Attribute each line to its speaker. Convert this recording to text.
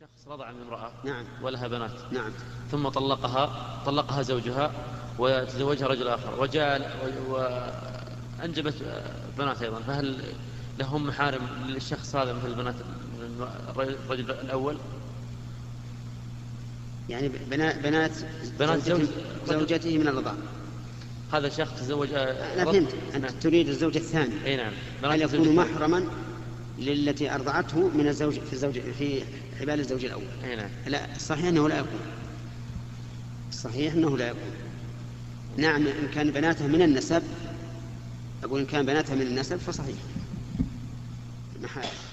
Speaker 1: شخص رضع من امرأة
Speaker 2: نعم
Speaker 1: ولها بنات
Speaker 2: نعم
Speaker 1: ثم طلقها طلقها زوجها وتزوجها رجل آخر وجاء وأنجبت بنات أيضا فهل لهم محارم للشخص هذا مثل البنات الرجل الأول
Speaker 2: يعني ب- بنا- بنات
Speaker 1: بنات
Speaker 2: زوجته,
Speaker 1: زوج-
Speaker 2: زوجته من الرضاع
Speaker 1: هذا شخص تزوج
Speaker 2: أنا فهمت أنت تريد الزوج الثاني
Speaker 1: أي نعم
Speaker 2: هل
Speaker 1: بنات
Speaker 2: يكون
Speaker 1: زوجته.
Speaker 2: محرما للتي أرضعته من الزوج في الزوج في حبال الزوج الأول
Speaker 1: أي نعم
Speaker 2: لا الصحيح أنه لا يكون الصحيح أنه لا يكون نعم إن كان بناته من النسب أقول إن كان بناته من النسب فصحيح محارم